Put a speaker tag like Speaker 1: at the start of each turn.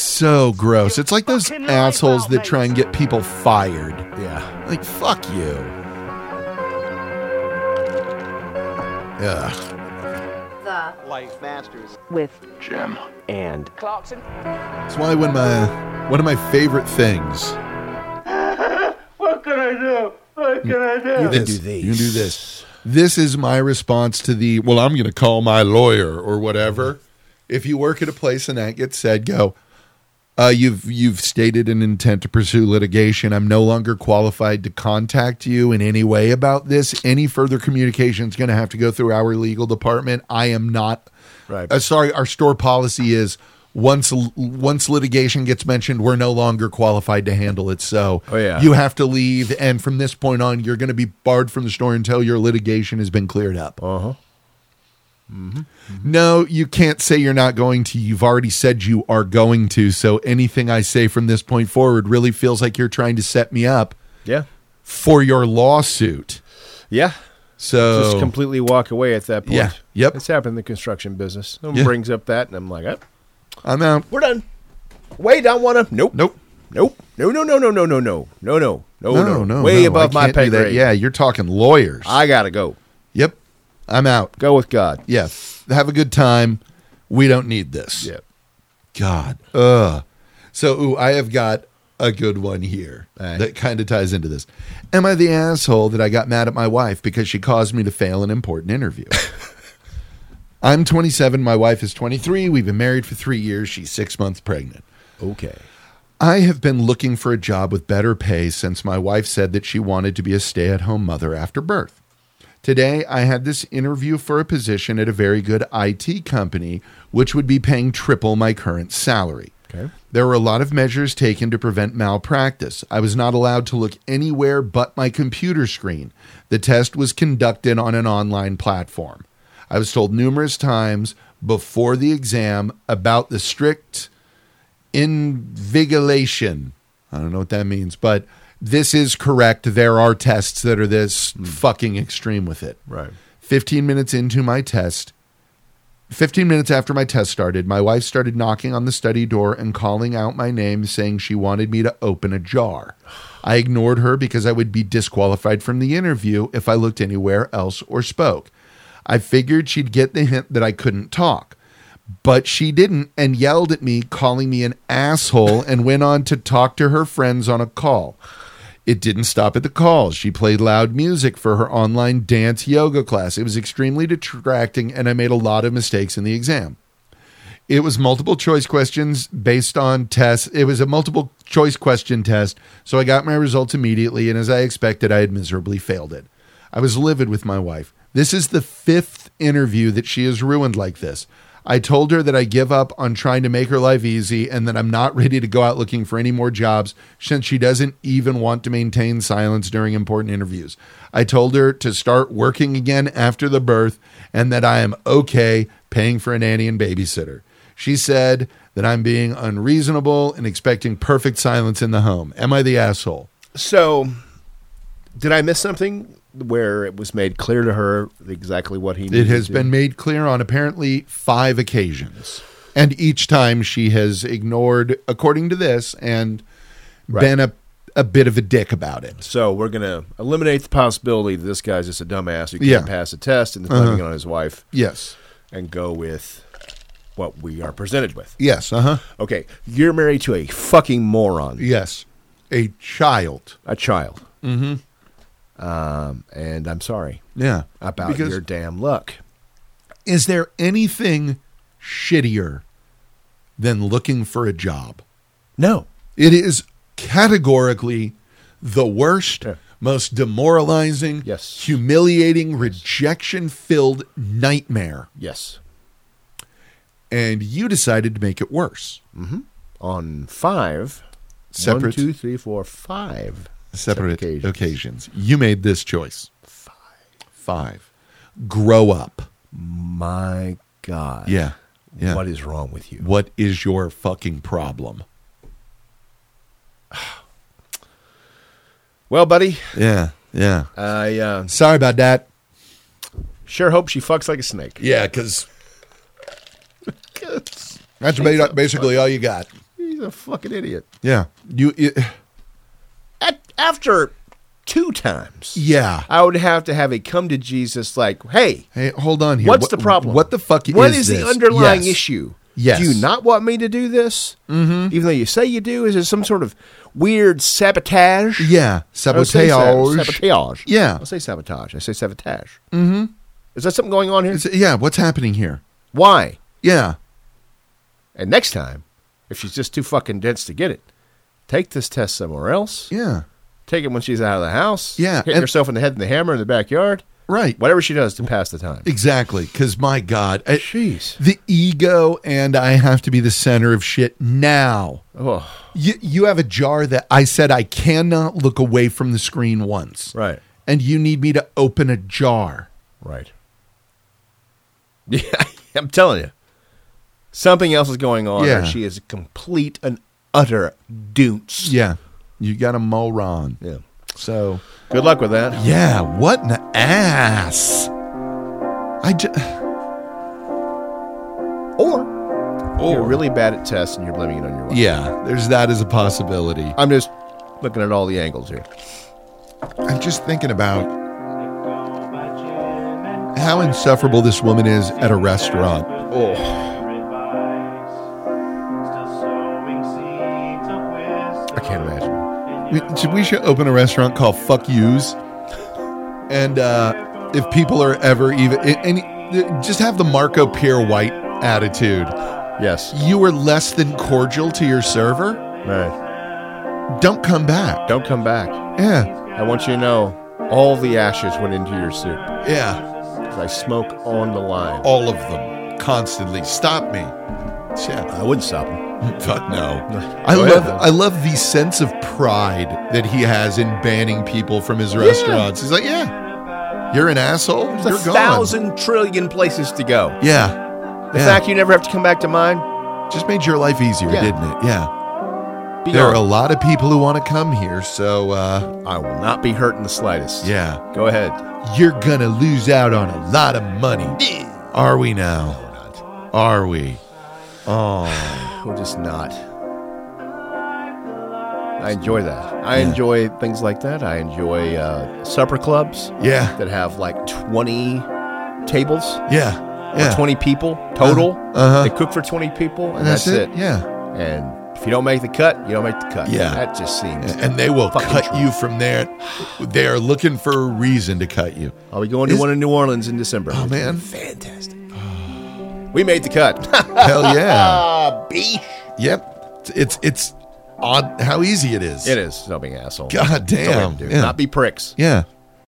Speaker 1: so gross. It's like those
Speaker 2: fucking life
Speaker 1: assholes
Speaker 2: out,
Speaker 1: that
Speaker 2: mate.
Speaker 1: try and get people fired.
Speaker 3: Yeah.
Speaker 1: Like, fuck you. Ugh.
Speaker 4: The
Speaker 2: Life Masters.
Speaker 4: with
Speaker 5: and
Speaker 2: Clarkson.
Speaker 1: It's why one of my one of my favorite things.
Speaker 2: What can I do? What can I do?
Speaker 3: You can
Speaker 1: This.
Speaker 3: do these.
Speaker 1: You can do this. This is my response to the well, I'm going to call my lawyer or whatever.
Speaker 3: Mm-hmm.
Speaker 1: If you work at a place and that gets said, go. Uh, you've you've stated an intent to pursue litigation. I'm no longer qualified to contact you in any way about this. Any further communication is going to have to go through our legal department. I am not.
Speaker 3: Right.
Speaker 1: Uh, sorry, our store policy is once once litigation gets mentioned, we're no longer qualified to handle it. So
Speaker 3: Oh, yeah.
Speaker 1: you have to leave, and from this point on, you're going to be barred from the store until your litigation has been cleared up.
Speaker 3: Uh huh.
Speaker 1: No, you can't say you're not going to. You've already said you are going to. So anything I say from this point forward really feels like you're trying to set me up
Speaker 3: Yeah.
Speaker 1: for your lawsuit.
Speaker 3: Yeah.
Speaker 1: So
Speaker 3: Just completely walk away at that point.
Speaker 1: Yeah. Yep.
Speaker 3: It's happened in the construction business. Someone
Speaker 1: Yeah.
Speaker 3: brings up that, and I'm like, eh,
Speaker 1: I'm out.
Speaker 3: we're done. Wait, I want to. Nope.
Speaker 1: Nope.
Speaker 3: Nope. No, no, no, no, no, no, no, no, no, Oh, no,
Speaker 1: No, no, no. I
Speaker 3: Way above my
Speaker 1: can't do
Speaker 3: pay
Speaker 1: that.
Speaker 3: grade.
Speaker 1: Yeah, you're talking lawyers.
Speaker 3: I got to go.
Speaker 1: yep. I'm out.
Speaker 3: Go with God.
Speaker 1: yeah, have a good time. We don't need this.
Speaker 3: Yeah.
Speaker 1: God. Ugh. So, ooh, I have got a good one here
Speaker 3: Aye.
Speaker 1: that kind of ties into this. Am I the asshole that I got mad at my wife because she caused me to fail an important interview? I'm 27. My wife is 23. We've been married for three years. She's six months pregnant.
Speaker 3: Okay.
Speaker 1: I have been looking for a job with better pay since my wife said that she wanted to be a stay at home mother after birth. Today, I had this interview for a position at a very good IT company, which would be paying triple my current salary.
Speaker 3: Okay.
Speaker 1: There were a lot of measures taken to prevent malpractice. I was not allowed to look anywhere but my computer screen. The test was conducted on an online platform. I was told numerous times before the exam about the strict invigilation. I don't know what that means, but this is correct. There are tests that are this fucking extreme with it.
Speaker 3: Right.
Speaker 1: 15 minutes into my test, 15 minutes after my test started, my wife started knocking on the study door and calling out my name, saying she wanted me to open a jar. I ignored her because I would be disqualified from the interview if I looked anywhere else or spoke. I figured she'd get the hint that I couldn't talk, but she didn't and yelled at me, calling me an asshole, and went on to talk to her friends on a call. It didn't stop at the calls. She played loud music for her online dance yoga class. It was extremely detracting, and I made a lot of mistakes in the exam. It was multiple choice questions based on tests. It was a multiple choice question test, so I got my results immediately, and as I expected, I had miserably failed it. I was livid with my wife. This is the fifth interview that she has ruined like this. I told her that I give up on trying to make her life easy and that I'm not ready to go out looking for any more jobs since she doesn't even want to maintain silence during important interviews. I told her to start working again after the birth and that I am okay paying for a nanny and babysitter. She said that I'm being unreasonable and expecting perfect silence in the home. Am I the asshole?
Speaker 3: So, did I miss something where it was made clear to her exactly what he
Speaker 1: It
Speaker 3: needed
Speaker 1: has
Speaker 3: to-
Speaker 1: been made clear on apparently five occasions. And each time she has ignored, according to this, and
Speaker 3: Right.
Speaker 1: been a, a bit of a dick about it.
Speaker 3: So, we're going to eliminate the possibility that this guy's just a dumbass who can't
Speaker 1: Yeah.
Speaker 3: pass a test and is blaming it on his wife
Speaker 1: Yes.
Speaker 3: and go with what we are presented with.
Speaker 1: Yes.
Speaker 3: Uh-huh.
Speaker 1: Uh huh.
Speaker 3: Okay. You're married to a fucking moron,
Speaker 1: Yes. A child.
Speaker 3: a child. Mm hmm. Um, and I'm sorry
Speaker 1: Yeah.
Speaker 3: about
Speaker 1: Mm-hmm. Because-
Speaker 3: your damn luck.
Speaker 1: Is there anything shittier than looking for a job?
Speaker 3: No.
Speaker 1: It is categorically the worst,
Speaker 3: Yeah.
Speaker 1: most demoralizing,
Speaker 3: Yes.
Speaker 1: humiliating, rejection filled nightmare.
Speaker 3: Yes.
Speaker 1: And you decided to make it worse.
Speaker 3: On five. One,
Speaker 1: Separate-
Speaker 3: two, three, four, five.
Speaker 1: Separate
Speaker 3: occasions.
Speaker 1: occasions. You made this choice. Five. Grow up.
Speaker 3: My God.
Speaker 1: Yeah. Yeah.
Speaker 3: What is wrong with you?
Speaker 1: what is your fucking problem?
Speaker 3: Well, buddy,
Speaker 1: Yeah. Yeah.
Speaker 3: I uh,
Speaker 1: Sorry about that.
Speaker 3: sure hope she fucks like a snake.
Speaker 1: Yeah, because that's ba- basically all you got.
Speaker 3: He's He's a fucking idiot.
Speaker 1: Yeah. You. It,
Speaker 3: At, after two times,
Speaker 1: yeah.
Speaker 3: I would have to have it come to Jesus like, hey,
Speaker 1: Hey, hold on here.
Speaker 3: what's
Speaker 1: What-
Speaker 3: the problem?
Speaker 1: What the fuck is
Speaker 3: What is the
Speaker 1: this?
Speaker 3: underlying
Speaker 1: Yes.
Speaker 3: issue?
Speaker 1: Yes.
Speaker 3: Do you not want me to do this? Mm-hmm. Even though you say you do? Is it some sort of weird sabotage?
Speaker 1: Yeah.
Speaker 3: I'll
Speaker 1: Sabotage.
Speaker 3: say sab- Sabotage.
Speaker 1: Yeah.
Speaker 3: I say sabotage. I say sabotage. Mm-hmm. Is that something going on here?
Speaker 1: It's- yeah. What's happening here?
Speaker 3: Why?
Speaker 1: Yeah.
Speaker 3: And next time, if she's just too fucking dense to get it, take this test somewhere else.
Speaker 1: Yeah.
Speaker 3: Take it when she's out of the house.
Speaker 1: Yeah,
Speaker 3: Hitting
Speaker 1: and-
Speaker 3: herself in the head with the hammer in the backyard.
Speaker 1: Right.
Speaker 3: Whatever she does to pass the time.
Speaker 1: Exactly. Because my God, I-
Speaker 3: Jeez.
Speaker 1: the ego and I have to be the center of shit now.
Speaker 3: Oh,
Speaker 1: You you have a jar that I said I cannot look away from the screen once,
Speaker 3: right.
Speaker 1: and you need me to open a jar.
Speaker 3: Right. Yeah, I'm telling you. Something else is going on.
Speaker 1: Yeah.
Speaker 3: and She is a complete and utter dunce.
Speaker 1: Yeah. You got a moron.
Speaker 3: yeah.
Speaker 1: So
Speaker 3: Good luck with that.
Speaker 1: yeah, what an ass. I just
Speaker 3: Or,
Speaker 1: Or-
Speaker 3: you're really bad at tests and you're blaming it on your wife.
Speaker 1: yeah, there's that as a possibility.
Speaker 3: I'm just looking at all the angles here.
Speaker 1: I'm just thinking about how insufferable this woman is at a restaurant.
Speaker 3: Oh. I can't imagine.
Speaker 1: We, should, we should open a restaurant called Fuck Yous, and uh, if people are ever even, and, and just have the Marco Pierre White attitude.
Speaker 3: Yes.
Speaker 1: You were less than cordial to your server.
Speaker 3: Right.
Speaker 1: Don't come back.
Speaker 3: Don't come back.
Speaker 1: Yeah,
Speaker 3: I want you to know all the ashes went into your soup.
Speaker 1: yeah,
Speaker 3: 'Cause I smoke on the line.
Speaker 1: all of them constantly. Stop me. Shit.
Speaker 3: I wouldn't stop him.
Speaker 1: Fuck no.
Speaker 3: No.
Speaker 1: I
Speaker 3: Go
Speaker 1: love
Speaker 3: ahead.
Speaker 1: I love the sense of pride that he has in banning people from his restaurants. He's like, yeah, you're an asshole.
Speaker 3: There's
Speaker 1: you're
Speaker 3: a
Speaker 1: gone.
Speaker 3: thousand trillion places to go.
Speaker 1: Yeah.
Speaker 3: The
Speaker 1: Yeah.
Speaker 3: fact you never have to come back to mine,
Speaker 1: just made your life easier,
Speaker 3: Yeah.
Speaker 1: didn't it? Yeah.
Speaker 3: be
Speaker 1: There are
Speaker 3: gone.
Speaker 1: a lot of people who want to come here, so uh,
Speaker 3: I will not be hurt in the slightest.
Speaker 1: yeah,
Speaker 3: Go ahead.
Speaker 1: you're gonna lose out on a lot of money. Are we now?
Speaker 3: We're not.
Speaker 1: Are we? Oh,
Speaker 3: We're just not. I enjoy that. I enjoy things like that. I enjoy uh, supper clubs
Speaker 1: yeah,
Speaker 3: that have like 20 tables
Speaker 1: yeah,
Speaker 3: or
Speaker 1: yeah.
Speaker 3: 20 people total.
Speaker 1: uh-huh.
Speaker 3: They cook for 20 people, and
Speaker 1: And
Speaker 3: that's, it.
Speaker 1: Yeah,
Speaker 3: And if you don't make the cut, you don't make the cut.
Speaker 1: Yeah.
Speaker 3: That just seems.
Speaker 1: and they will
Speaker 3: Fucking
Speaker 1: cut
Speaker 3: true.
Speaker 1: you from there. They are looking for a reason to cut you.
Speaker 3: I'll be going to
Speaker 1: Is-
Speaker 3: one in New Orleans in December.
Speaker 1: Oh,
Speaker 3: It's gonna
Speaker 1: man.
Speaker 3: be Fantastic. we made the cut.
Speaker 1: Hell yeah.
Speaker 3: Ah, beesh.
Speaker 1: Yep. It's it's odd how easy it is.
Speaker 3: It is. Don't be an asshole.
Speaker 1: God
Speaker 3: That's all we have
Speaker 1: damn.
Speaker 3: to do.
Speaker 1: Yeah.
Speaker 3: Not be pricks.
Speaker 1: Yeah.